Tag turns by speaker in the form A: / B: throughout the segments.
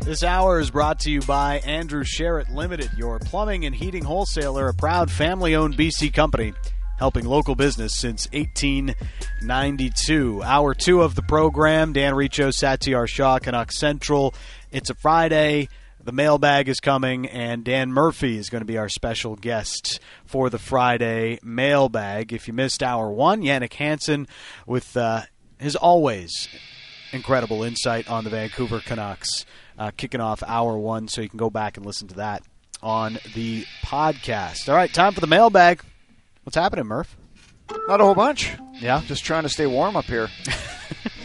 A: This hour is brought to you by Andrew Sherritt Limited, your plumbing and heating wholesaler, a proud family owned BC company, helping local business since 1892. Hour two of the program Dan Riccio, Satyar Shah, Canuck Central. It's a Friday. The mailbag is coming, and Dan Murphy is going to be our special guest for the Friday mailbag. If you missed hour one, Yannick Hansen with uh, his always incredible insight on the Vancouver Canucks, uh, kicking off hour one. So you can go back and listen to that on the podcast. All right, time for the mailbag. What's happening, Murph?
B: Not a whole bunch.
A: Yeah,
B: Just trying to stay warm up here.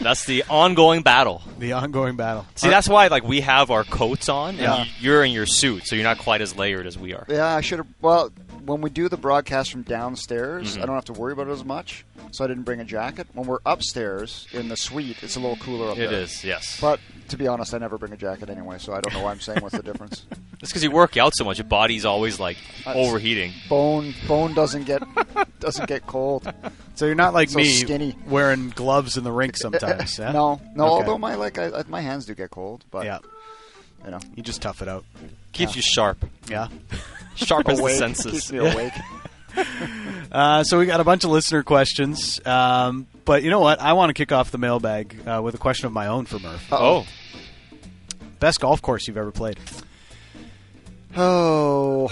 C: That's the ongoing battle.
A: the ongoing battle.
C: See, that's why like we have our coats on, and
B: Yeah.
C: y- you're in your suit, so you're not quite as layered as we are.
B: Yeah, I should have. Well, when we do the broadcast from downstairs, I don't have to worry about it as much, so I didn't bring a jacket. When we're upstairs in the suite, it's a little cooler up
C: It
B: there.
C: is, yes.
B: But to be honest, I never bring a jacket anyway, so I don't know why I'm saying what's the difference.
C: It's because you work out so much, your body's always like overheating.
B: Bone bone doesn't get doesn't get cold.
A: so you're not like
B: So
A: me
B: skinny.
A: wearing gloves in the rink sometimes. yeah?
B: No, no.
A: Okay.
B: Although my like I, my hands do get cold, but
A: yeah,
B: you know,
A: you just tough it out.
C: Keeps you sharp,
A: Yeah.
C: sharp as the
B: awake
C: senses.
B: keeps me awake.
A: Uh, so we got a bunch of listener questions, um, but you know what? I want to kick off the mailbag uh, with a question of my own for Murph.
C: Oh,
A: Best golf course you've ever played?
B: Oh.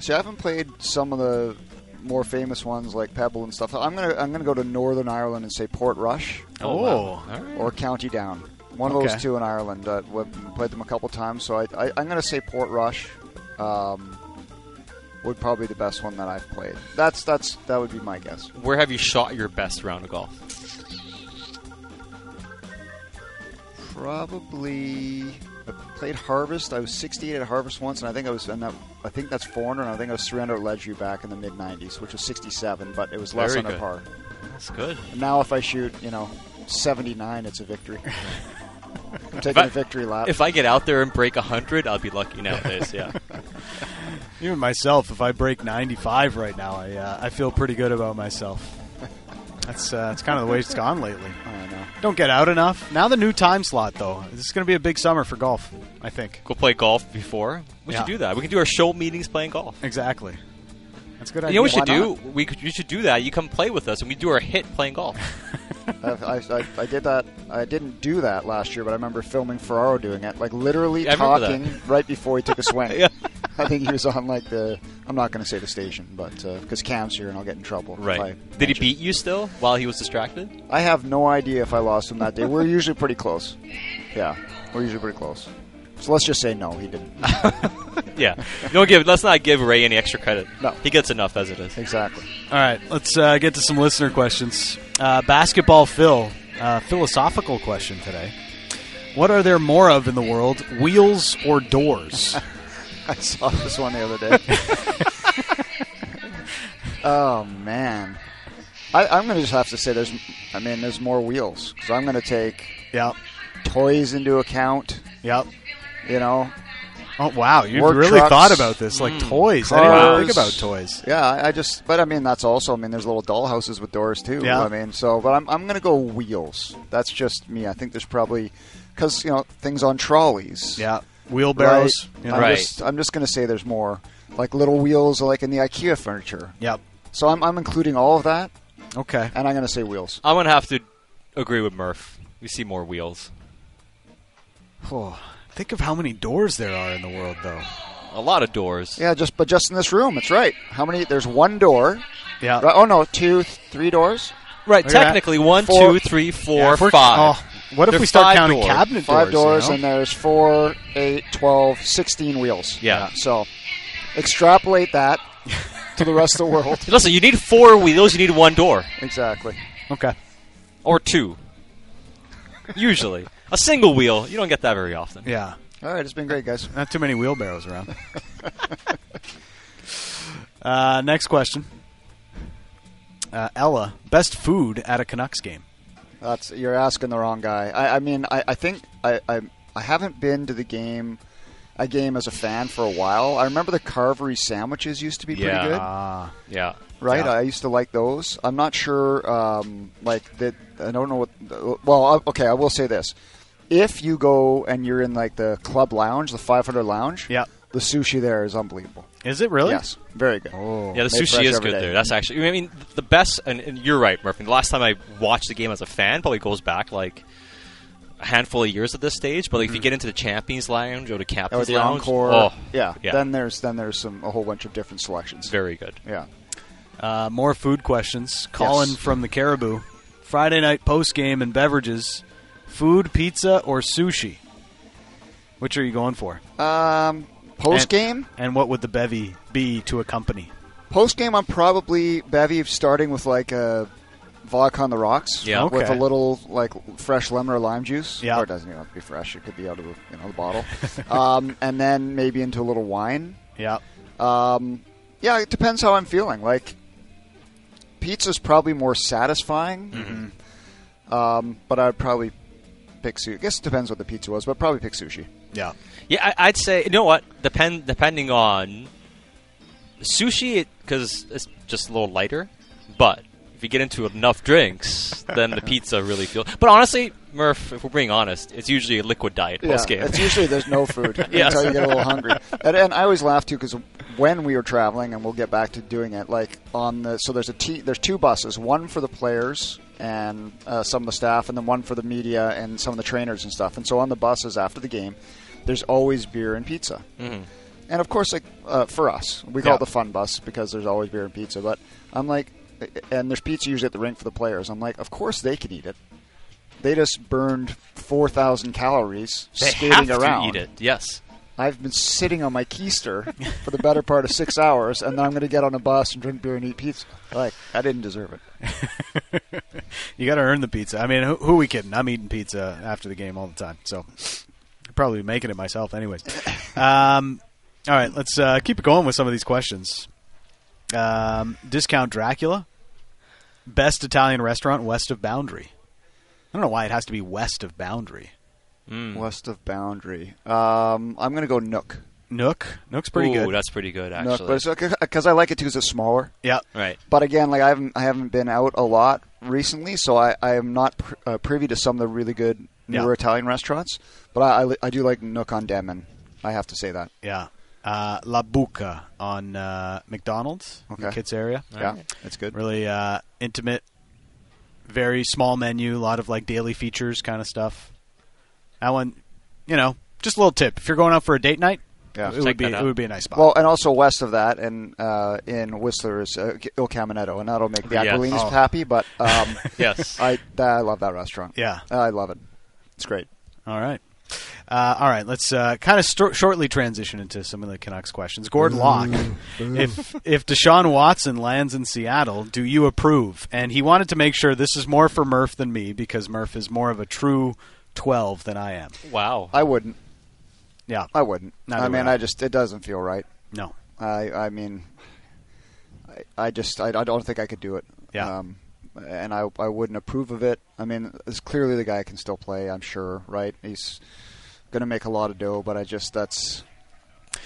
B: See, I haven't played some of the more famous ones like Pebble and stuff. I'm gonna I'm gonna go to Northern Ireland and say Port Rush
C: Oh, wow. All right.
B: or County Down. One of
A: Okay.
B: those two in Ireland. Uh, we've played them a couple times, so I, I, I'm gonna say Port Rush. Um, would probably be the best one that I've played. That's that's that would be my guess.
C: where have you shot your best round of golf?
B: Probably I played Harvest. I was 68 at Harvest once, and I think I was, and that, I think that's 400, and I think I was 300 at Ledgeview back in the mid 90s, which was 67, but it was less
C: Very
B: on a
C: good.
B: par.
C: That's good.
B: And now if I shoot, you know, 79, it's a victory. I'm taking
C: I-
B: a victory lap.
C: Uh, If I get out there and break hundred, I'll be lucky nowadays. Yeah,
A: Even myself, if I break 95 right now, I, uh, I feel pretty good about myself. That's uh, that's kind of the way it's gone lately.
B: I know.
A: Don't get out enough. Now the new time slot though. This is going to be a big summer for golf, I think.
C: go play golf before. We should
A: Yeah.
C: do that. We can do our show meetings playing golf.
A: Exactly. That's a good
C: You
A: idea.
C: know what we should
B: why
C: do? We could, you should do that. You come play with us, and we do our hit playing golf.
B: I've- I, I, I did that. I didn't do that last year, but I remember filming Ferraro doing it, like literally
C: Yeah, I remember
B: talking right before he took a swing.
C: Yeah.
B: I think he was on like the. I'm not going to say the station, but because Cam's here and I'll get in trouble. if I
C: right? Did he
B: mention it.
C: beat you still while he was distracted?
B: I have no idea if I lost him that day. We're usually pretty close. Yeah, we're usually pretty close. So let's just say no, he didn't.
C: Yeah. Don't give. Let's not give Ray any extra credit.
B: No.
C: He gets enough as it is.
B: Exactly.
A: All right, let's uh, get to some listener questions. Uh, Basketball Phil, uh, philosophical question today. What are there more of in the world, wheels or doors?
B: I saw this one the other day. oh man, I, I'm going to just have to say there's. I mean, there's more wheels because I'm going to take
A: yep,
B: toys into account.
A: yep.
B: You know,
A: Oh wow, you
B: Work
A: really
B: trucks.
A: thought about this, like
C: Hmm.
A: toys. I didn't even think about
B: Cars.
A: toys.
B: Yeah, I I just, but I mean, that's also, I mean, there's little dollhouses with doors too.
A: Yeah.
B: I mean, so, but I'm, I'm going to go wheels. That's just me. I think there's probably, because, you know, things on trolleys.
A: Yeah, wheelbarrows.
B: Right.
A: you know.
B: I'm
C: Right.
B: just, I'm just going to say there's more, like little wheels, like in the IKEA furniture.
A: Yep.
B: So I'm, I'm including all of that,
A: Okay.
B: and I'm going to say wheels.
C: I'm gonna have to agree with Murph. We see more wheels.
A: Oh, think of how many doors there are in the world, though.
C: A lot of doors.
B: Yeah, just but just in this room, it's right. How many? There's one door.
A: Yeah.
B: Right, oh no, two, th- three doors.
C: Right.
A: Look at that.
C: Technically, one,
B: Four-
C: two, three,
A: Yeah,
C: four,
A: if we're-
C: five.
A: oh, what if
C: There's
A: we start
C: five
A: counting
C: doors.
A: cabinet
B: Five
A: doors?
B: doors,
A: you know?
B: and there's four, eight, twelve, sixteen wheels.
C: Yeah.
B: So extrapolate that to the rest of the world.
C: Listen, you need four wheels. You need one door
B: Exactly.
A: okay.
C: or two. Usually, a single wheel. You don't get that very often.
A: Yeah.
B: All right, it's been great, guys.
A: Not too many wheelbarrows around. uh, next question. Uh, Ella, best food at a Canucks game?
B: That's you're asking the wrong guy. I, I mean, I, I think I, I I haven't been to the game a game as a fan for a while. I remember the Carvery sandwiches used to be pretty
C: Yeah.
B: good.
A: Ah,
C: Yeah.
B: right?
A: Yeah.
B: I used to like those. I'm not sure, um, like that. I don't know what. Well, I- okay, I will say this: if you go and you're in like the club lounge, the 500 lounge,
A: Yep.
B: the sushi there is unbelievable.
A: Is it really?
B: Yes, very good.
A: Oh.
C: Yeah,
B: Made
C: the sushi
B: fresh
C: is
B: every
C: good
B: day.
C: there. That's actually, I mean, the best. And, and you're right, Murphy. The last time I watched the game as a fan probably goes back like a handful of years at this stage. But like, if you get into the Champions Lounge or the
B: Mm. Or
C: Captain's
B: the
C: Lounge,
B: encore.
C: oh,
B: yeah.
C: yeah.
B: Then there's then there's some a whole bunch of different selections.
C: very good.
B: Yeah.
A: Uh, more food questions. Colin from the Caribou. Friday night post game and beverages. Food, pizza, or sushi? Which are you going for?
B: Um, post game,
A: And, and what would the bevy be to accompany?
B: post game, I'm probably bevy starting with like a vodka on the rocks.
C: Yeah.
B: With a
A: Okay.
B: little like fresh lemon or lime juice.
A: Yeah.
B: Or it doesn't even have to be fresh. It could be out of the you know the bottle. um, and then maybe into a little wine.
A: Yeah.
B: Um, yeah, it depends how I'm feeling. Like, pizza's probably more satisfying,
C: Mm-hmm.
A: Mm.
B: um, but I'd probably pick sushi. I guess it depends what the pizza was, but probably pick sushi.
A: Yeah.
C: Yeah, I, I'd say you know what? Depend depending on sushi, because it's just a little lighter. But if you get into enough drinks, then the pizza really feels. But honestly, Murph, if we're being honest, it's usually a liquid diet post game.
B: it's usually there's no food
C: Yes.
B: until you get a little hungry. And, and I always laugh too because when we were traveling, and we'll get back to doing it, like on the so there's a t- there's two buses, one for the players and uh, some of the staff, and then one for the media and some of the trainers and stuff. And so on the buses after the game, there's always beer and pizza.
C: Mm-hmm.
B: And of course, like uh, for us, we call
A: Yeah.
B: it the fun bus because there's always beer and pizza. But I'm like, and there's pizza usually at the rink for the players. I'm like, of course they can eat it. They just burned four thousand calories
C: they
B: skating
C: have to
B: around.
C: eat it. Yes.
B: I've been sitting on my keister for the better part of six hours, and then I'm going to get on a bus and drink beer and eat pizza. Like I didn't deserve it.
A: You got to earn the pizza. I mean, who, who are we kidding? I'm eating pizza after the game all the time, so I'd probably be making it myself, anyways. Um, all right, let's uh, keep it going with some of these questions. Um, discount Dracula, best Italian restaurant west of Boundary. I don't know why it has to be west of Boundary.
C: Hmm.
B: West of boundary, um, I'm going to go Nook.
A: Nook, Nook's pretty
C: Ooh,
A: good.
C: That's pretty good
B: Nook,
C: actually.
B: but it's because I like it too because it's smaller.
A: yeah,
C: right.
B: But again, like I haven't I haven't been out a lot recently, so I, I am not pr- uh, privy to some of the really good newer
A: Yeah.
B: Italian restaurants. But I, I, li- I do like Nook on Denman. I have to say that.
A: yeah. Uh, La Buca on uh, McDonald's, in the
B: Okay.
A: kids area.
B: yeah, that's good.
A: really uh, intimate, very small menu, a lot of like daily features kind of stuff. That one, you know, just a little tip. If you're going out for a date night,
B: Yeah.
A: it
C: Check
A: would be
C: that out.
A: it would be a nice spot.
B: Well, and also west of that, and uh, in Whistler is uh, Il Caminetto, and that'll make the
C: Yeah.
B: Aquilinis
A: Oh.
B: happy. But um,
C: Yes.
B: I I love that restaurant.
A: Yeah.
B: I love it. It's great.
A: all right. Uh, all right, let's uh, kind of st- shortly transition into some of the Canucks questions. Gord
B: Mm-hmm.
A: Locke, if if Deshaun Watson lands in Seattle, do you approve? And he wanted to make sure this is more for Murph than me because Murph is more of a true twelve than I am.
C: Wow.
B: I wouldn't.
A: Yeah,
B: I wouldn't.
A: Neither
B: I mean,
A: would I.
B: I just it doesn't feel right.
A: no,
B: I I mean, I, I just I, I don't think I could do it.
A: Yeah.
B: Um, and I I wouldn't approve of it. I mean, it's clearly the guy can still play. I'm sure, right? He's going to make a lot of dough, but I just that's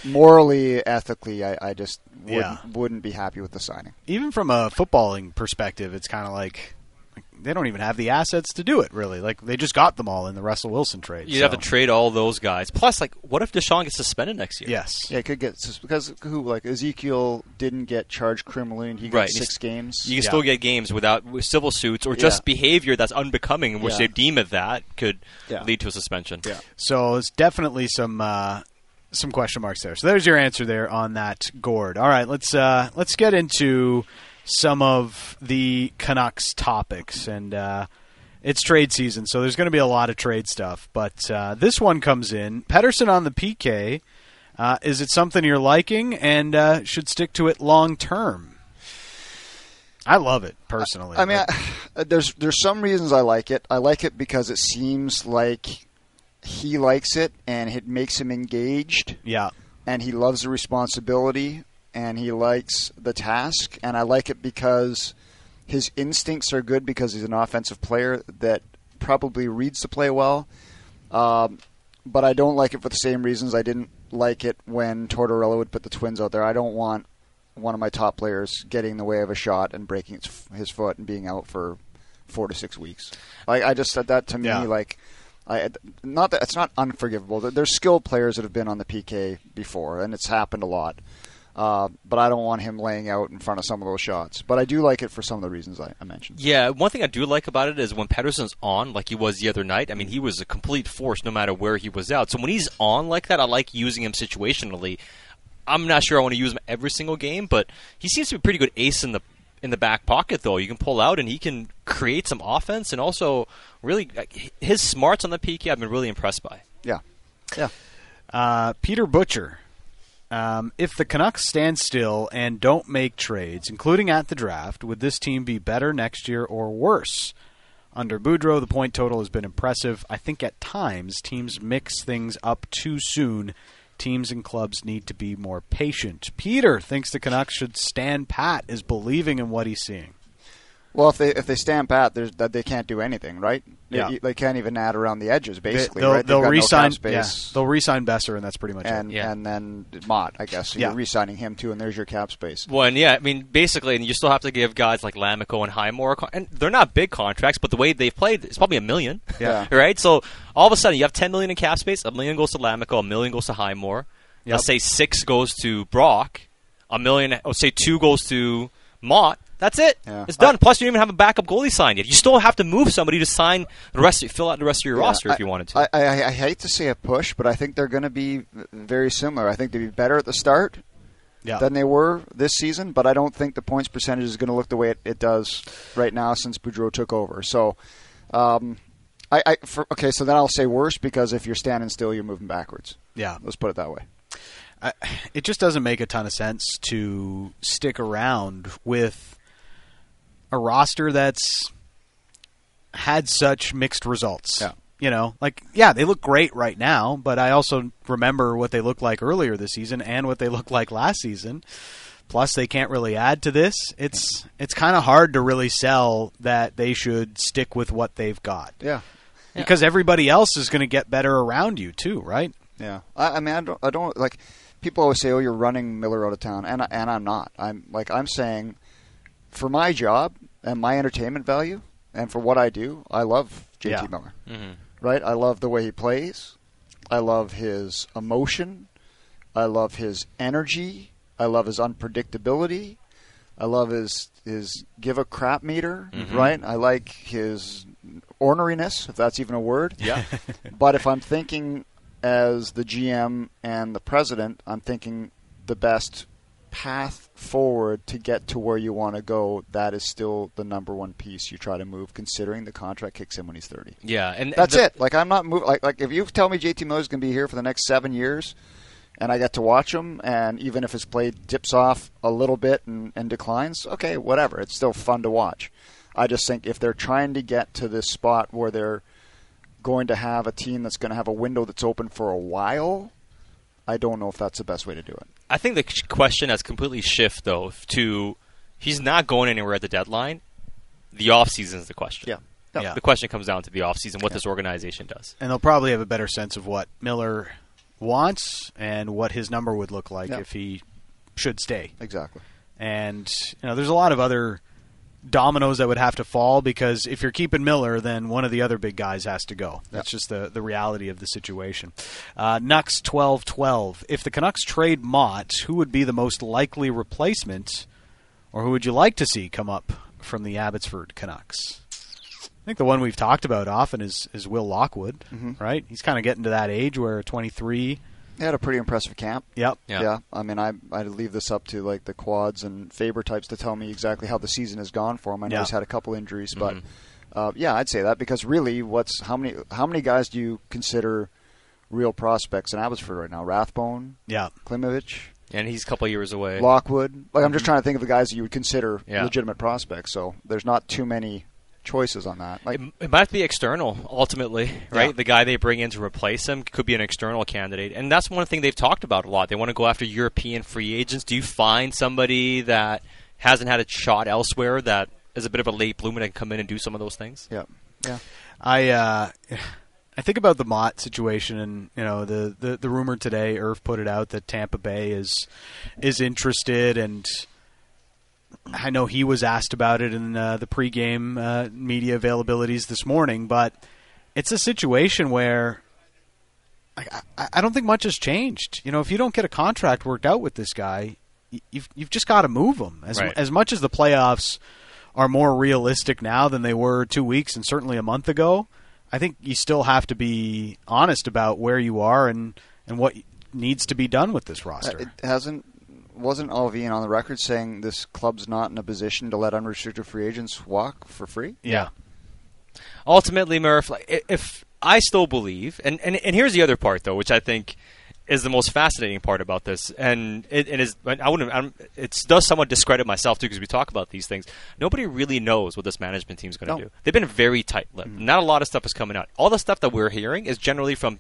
B: morally, ethically, I, I just wouldn't,
A: Yeah.
B: wouldn't be happy with the signing.
A: even from a footballing perspective, it's kind of like like, they don't even have the assets to do it. Really, like they just got them all in the Russell Wilson trade.
C: You'd
A: so-
C: have to trade all those guys. Plus, like, what if Deshaun gets suspended next year?
A: Yes.
B: Yeah, it could get sus- because who like Ezekiel didn't get charged criminally, and he got
C: Right, and
B: six
C: he's-
B: games.
C: You can
A: Yeah.
C: still get games without with civil suits or just behavior that's unbecoming, which
B: Yeah.
C: they deem it that could
B: Yeah.
C: lead to a suspension.
B: Yeah.
A: So it's definitely some uh, some question marks there. So there's your answer there on that gourd. All right, let's uh, let's get into some of the Canucks topics, and uh, it's trade season, so there's going to be a lot of trade stuff. But uh, this one comes in: Pedersen on the PK. Uh, is it something you're liking and uh, should stick to it long term? I love it personally.
B: I mean,
A: but-
B: I, there's there's some reasons I like it. I like it because it seems like he likes it and it makes him engaged
A: yeah,
B: and he loves the responsibility and he likes the task and I like it because his instincts are good because he's an offensive player that probably reads the play well. Um, but I don't like it for the same reasons I didn't like it when Tortorella would put the Twins out there. I don't want one of my top players getting in the way of a shot and breaking his, his foot and being out for four to six weeks. Like I just said that to me
A: Yeah.
B: like I, not that it's not unforgivable. There- There's skilled players that have been on the PK before, and it's happened a lot. Uh, but I don't want him laying out in front of some of those shots. But I do like it for some of the reasons I, I mentioned.
C: Yeah, one thing I do like about it is when Pedersen's on, like he was the other night. I mean, he was a complete force no matter where he was out. So when he's on like that, I like using him situationally. I'm not sure I want to use him every single game, but he seems to be a pretty good ace in the in the back pocket though. You can pull out and he can create some offense and also really like, his smarts on the PK I've been really impressed by.
B: Yeah, yeah.
A: Uh, Peter Butcher. Um, if the Canucks stand still and don't make trades, including at the draft, would this team be better next year or worse? Under Boudreau, the point total has been impressive. I think at times teams mix things up too soon. Teams and clubs need to be more patient. Peter thinks the Canucks should stand pat, is believing in what he's seeing.
B: Well, if they if they stand pat, there's that they can't do anything, right? They-
A: Yeah.
B: They, can't even add around the edges, basically.
A: they'll
B: right? They've
A: they'll
B: got no cap
A: resign.
B: space.
A: yeah, they'll resign Besser, and that's pretty much
B: and
A: it.
C: Yeah.
B: and then Mott, I guess. So
A: Yeah.
B: You're re-signing him too, and there's your cap space.
C: Well, and yeah, I mean, basically, and you still have to give guys like Lamico and Highmore, a con- and they're not big contracts, but the way they've played, it's probably a million.
B: Yeah.
C: right? So all of a sudden, you have 10 million in cap space. A million goes to Lamico. A million goes to Highmore.
A: Yep.
C: Let's say six goes to Brock. A million, oh, say two goes to Mott. That's it.
B: Yeah.
C: It's done. Plus, you don't even have a backup goalie signed yet. You still have to move somebody to sign the rest, of, fill out the rest of your
B: Yeah,
C: roster
B: I-
C: if you wanted to.
B: I, I, I hate to say a push, but I think they're going to be very similar. I think they'd be better at the start
A: Yeah.
B: than they were this season, but I don't think the points percentage is going to look the way it, it does right now since Boudreau took over. So, um, I, I for, okay, so then I'll say worse because if you're standing still, you're moving backwards.
A: yeah.
B: Let's put it that way.
A: I, it just doesn't make a ton of sense to stick around with a roster that's had such mixed results.
B: Yeah.
A: You know, like yeah, they look great right now, but I also remember what they looked like earlier this season and what they looked like last season. Plus, they can't really add to this. It's it's kind of hard to really sell that they should stick with what they've got
B: Yeah.
A: because everybody else is going to get better around you too, right?
B: Yeah, I, I mean, I don't, I don't like. People always say, "Oh, you're running Miller out of town," and I, and I'm not. I'm like I'm saying, for my job and my entertainment value, and for what I do, I love JT
A: Yeah.
B: Miller.
C: Mhm.
B: Right? I love the way he plays. I love his emotion. I love his energy. I love his unpredictability. I love his his give a crap meter. Right? I like his orneriness, if that's even a word.
C: Yeah.
B: But if I'm thinking as the GM and the president, I'm thinking the best path forward to get to where you want to go. That is still the number one piece you try to move, considering the contract kicks in when he's 30.
C: yeah. And
B: That's
C: the-
B: it. Like I'm not moving. Like like if you tell me JT Miller's going to be here for the next seven years, and I get to watch him, and even if his play dips off a little bit and, and declines, okay, whatever. It's still fun to watch. I just think if they're trying to get to this spot where they're going to have a team that's going to have a window that's open for a while, I don't know if that's the best way to do it.
C: I think the ch- question has completely shifted, though, to he's not going anywhere at the deadline. The offseason is the question.
B: Yeah.
A: Yeah.
C: The question comes down to the offseason, what this organization does.
A: and they'll probably have a better sense of what Miller wants and what his number would look like
B: Yeah.
A: if he should stay.
B: Exactly.
A: And you know, there's a lot of other dominoes that would have to fall because if you're keeping Miller, then one of the other big guys has to go. That's just the the reality of the situation. Uh, Nux twelve twelve. If the Canucks trade Mott, who would be the most likely replacement, or who would you like to see come up from the Abbotsford Canucks? I think the one we've talked about often is is Will Lockwood, right? He's kind of getting to that age where 23.
B: They had a pretty impressive camp.
A: Yep.
C: Yeah.
B: Yeah. I mean, I I leave this up to like the quads and Faber types to tell me exactly how the season has gone for him. I know
A: Yeah.
B: he's had a couple injuries, but
C: Mm-hmm.
B: uh, yeah, I'd say that because really, what's how many how many guys do you consider real prospects in Abbotsford right now? Rathbone,
A: Yeah.
B: Klimovich,
C: And he's a couple years away.
B: Lockwood. Like I'm just trying to think of the guys that you would consider
C: Mm-hmm. Yeah.
B: legitimate prospects. So there's not too many choices on that. Like
C: it, it might be external, ultimately, right?
B: Yeah.
C: The guy they bring in to replace him could be an external candidate. And that's one thing they've talked about a lot. They want to go after European free agents. Do you find somebody that hasn't had a shot elsewhere that is a bit of a late bloomer and can come in and do some of those things?
B: yeah, yeah,
A: I uh, I think about the Mott situation, and you know the, the the rumor today, Irv put it out that Tampa Bay is is interested, and I know he was asked about it in uh, the pregame uh, media availabilities this morning, but it's a situation where I, I, I don't think much has changed. You know, if you don't get a contract worked out with this guy, y- you've you've just got to move him. As
C: Right.
A: as much as the playoffs are more realistic now than they were two weeks and certainly a month ago, I think you still have to be honest about where you are and and what needs to be done with this
B: Uh,
A: roster.
B: It hasn't wasn't Alvin on the record saying this club's not in a position to let unrestricted free agents walk for free?
A: yeah.
C: ultimately, Murph, like, i- if I still believe, and, and, and here's the other part though, which I think is the most fascinating part about this, and it, it is, and I wouldn't, I'm, it does somewhat discredit myself too because we talk about these things. Nobody really knows what this management team's going to
B: No.
C: do. They've been very tight-lipped. Not a lot of stuff is coming out. All the stuff that we're hearing is generally from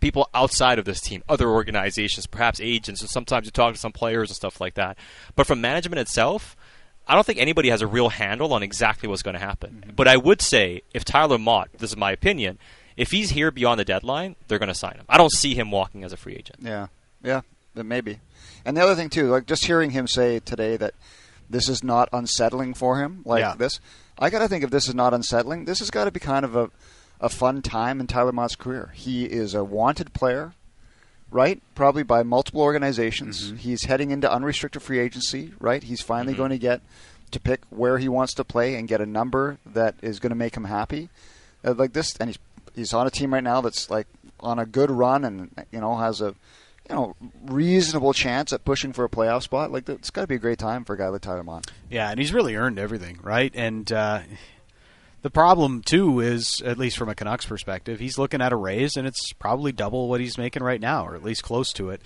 C: people outside of this team, other organizations, perhaps agents, and sometimes you talk to some players and stuff like that. But from management itself, I don't think anybody has a real handle on exactly what's going to happen. But I would say if Tyler Mott, this is my opinion, if he's here beyond the deadline, they're going to sign him. I don't see him walking as a free agent.
B: Yeah, yeah, but maybe. And the other thing too, like just hearing him say today that this is not unsettling for him, like
A: Yeah.
B: this. I got to think if this is not unsettling, this has got to be kind of a a fun time in Tyler Mott's career. He is a wanted player, right? Probably by multiple organizations. He's heading into unrestricted free agency, right? He's finally going to get to pick where he wants to play and get a number that is going to make him happy. Uh, like this, and he's he's on a team right now that's like on a good run and you know has a you know reasonable chance at pushing for a playoff spot. Like it's got to be a great time for a guy like Tyler Mott.
A: Yeah, and he's really earned everything, right? And uh, the problem too is, at least from a Canucks perspective, he's looking at a raise, and it's probably double what he's making right now, or at least close to it.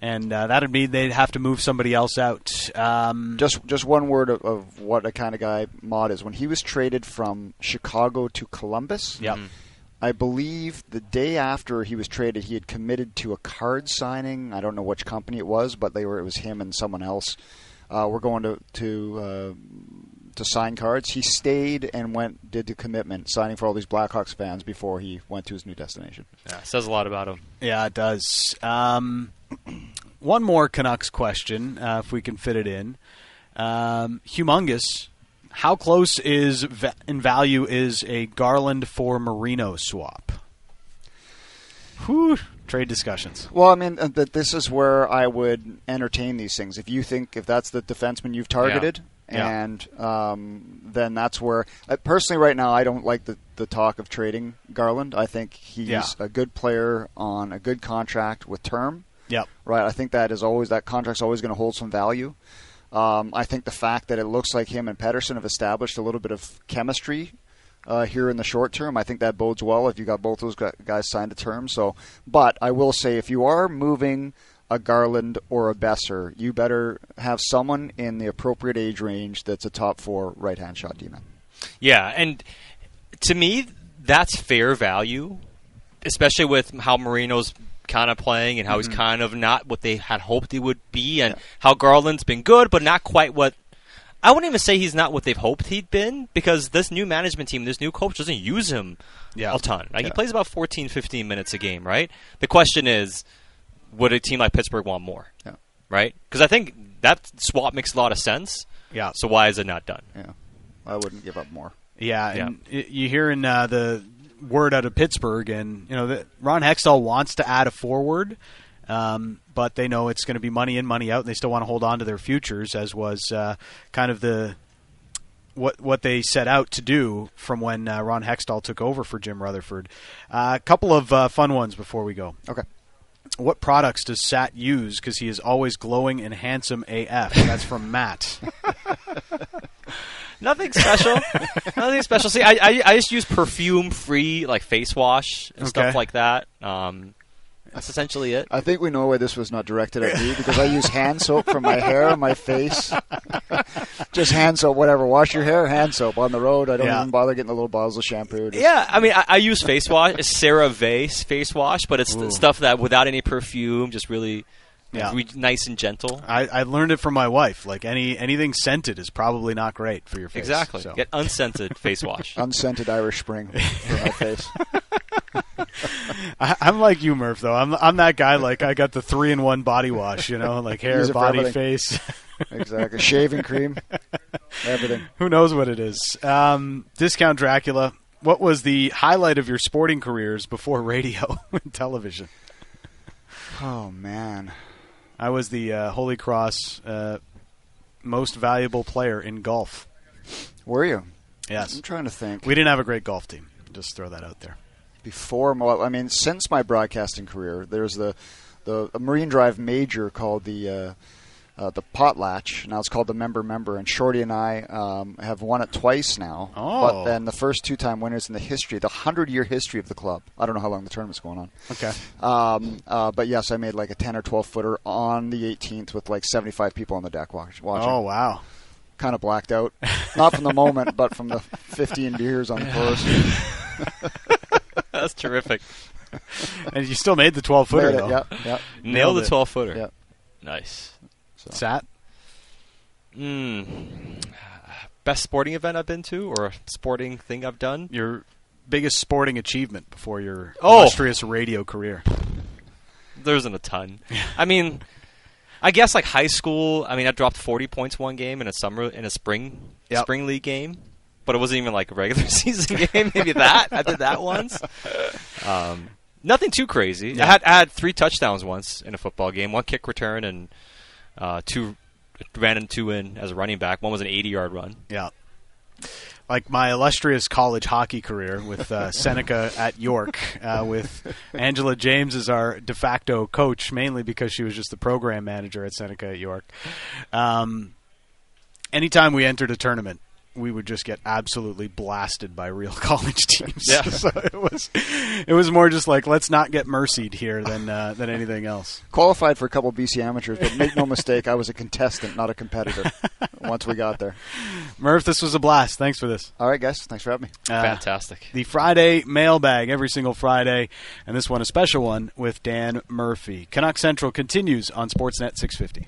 A: And uh, that'd mean they'd have to move somebody else out. Um,
B: Just just one word of, of what a kind of guy Mott is. When he was traded from Chicago to Columbus,
A: yeah,
B: I believe the day after he was traded, he had committed to a card signing. I don't know which company it was, but they were it was him and someone else. Uh, we're going to to uh, to sign cards. He stayed and went did the commitment, signing for all these Blackhawks fans before he went to his new destination.
C: Yeah, says a lot about him.
A: yeah, it does. Um, one more Canucks question, uh, if we can fit it in. Um, humongous. How close is va- in value is a Garland for Marino swap? Whew, trade discussions.
B: Well, I mean, uh, that this is where I would entertain these things. If you think if that's the defenseman you've targeted,
A: Yeah.
B: and um, then that's where uh, personally right now I don't like the the talk of trading Garland. I think he's
A: Yeah.
B: a good player on a good contract with term.
A: Yep.
B: Right. I think that is always that contract's always going to hold some value. Um, I think the fact that it looks like him and Pedersen have established a little bit of chemistry uh, here in the short term, I think that bodes well if you got both those gu- guys signed to term. So, but I will say if you are moving a Garland or a Besser, you better have someone in the appropriate age range that's a top four right hand shot D man.
C: Yeah, and to me, that's fair value, especially with how Marino's kind of playing and how he's kind of not what they had hoped he would be, and how Garland's been good, but not quite what. I wouldn't even say he's not what they've hoped he'd been because this new management team, this new coach doesn't use him
A: Yeah.
C: a ton. Like, He
B: Yeah.
C: plays about 14, 15 minutes a game, right? The question is, would a team like Pittsburgh want more,
B: Yeah.
C: right? Because I think that swap makes a lot of sense.
A: Yeah.
C: So why is it not done?
B: Yeah. I wouldn't give up more.
A: Yeah, and y you hearing uh, the word out of Pittsburgh, and you know that Ron Hextall wants to add a forward, um, but they know it's going to be money in, money out, and they still want to hold on to their futures, as was uh, kind of the what what they set out to do from when uh, Ron Hextall took over for Jim Rutherford. A couple of uh, fun ones before we go.
B: Okay.
A: What products does Sat use? Because he is always glowing and handsome AF. That's from Matt.
C: Nothing special. Nothing special. See, I, I I just use perfume free like face wash and stuff
A: Okay.
C: like that. Um, that's essentially it.
B: I think we know why this was not directed at me because I use hand soap for my hair and my face. Just hand soap, whatever. Wash your hair, hand soap on the road. I don't
A: Yeah.
B: even bother getting the little bottles of shampoo. Just-
C: Yeah, I mean, I, I use face wash, it's CeraVe face wash, but it's the
A: Ooh.
C: stuff that without any perfume, just really
A: Yeah.
C: re- nice and gentle.
A: I, I learned it from my wife. Like any anything scented is probably not great for your face.
C: Exactly.
A: So. Uh,
C: Get unscented face wash.
B: Unscented Irish Spring for my face.
A: I, I'm like you, Murph. Though I'm I'm that guy. Like I got the three in one body wash. You know, like hair,
B: Use it for
A: body,
B: everything.
A: face.
B: Exactly. Shaving cream, everything.
A: Who knows what it is? Um, Discount Dracula. what was the highlight of your sporting careers before radio and television?
B: Oh man,
A: I was the uh, Holy Cross uh, most valuable player in golf.
B: were you?
A: Yes,
B: I'm trying to think.
A: we didn't have a great golf team. Just throw that out there.
B: Before, well, I mean, since my broadcasting career, there's the the a Marine Drive major called the. Uh, uh, the potlatch now it's called the member member and shorty and i um, have won it twice now
A: Oh.
B: but then the first two time winners in the history the 100 year history of the club i don't know how long the tournament's going on
A: Okay,
B: Um, uh, but yes, I made like a 10 or 12 footer on the 18th with like 75 people on the deck watch, watching.
A: oh wow,
B: Kind of blacked out. Not from the moment, but from the 15 beers on the course.
C: That's terrific.
A: and you still made the twelve footer
B: Made it,
A: though.
B: uh, Yep, yep,
C: Nail
A: Nailed
C: the
A: it.
C: 12 footer.
B: yep.
C: Nice.
B: So,
A: Sat.
C: Mm. Best sporting event I've been to or sporting thing I've done?
A: your biggest sporting achievement before your
C: Oh.
A: illustrious radio career.
C: There isn't a ton. I mean, I guess like high school. I mean, I dropped forty points one game in a summer in a spring
A: Yep.
C: spring league game, but it wasn't even like a regular season game. Maybe that I did that once. Um, nothing too crazy. I
A: Yeah.
C: had I had three touchdowns once in a football game. One kick return and uh, two ran and two in as a running back. One was an eighty yard run.
A: Yeah. Like my illustrious college hockey career with uh, Seneca at York, uh, with Angela James as our de facto coach, mainly because she was just the program manager at Seneca at York. Um, anytime we entered a tournament, we would just get absolutely blasted by real college teams.
C: Yeah.
A: so it was, it was more just like let's not get mercied here than uh, than anything else.
B: qualified for a couple BC amateurs, but make no mistake, I was a contestant, not a competitor. once we got there.
A: Murph, this was a blast. Thanks for this.
B: All right, guys, thanks for having me.
A: Uh,
C: Fantastic.
A: the Friday mailbag every single Friday, and this one a special one with Dan Murphy. Canuck Central continues on Sportsnet 650.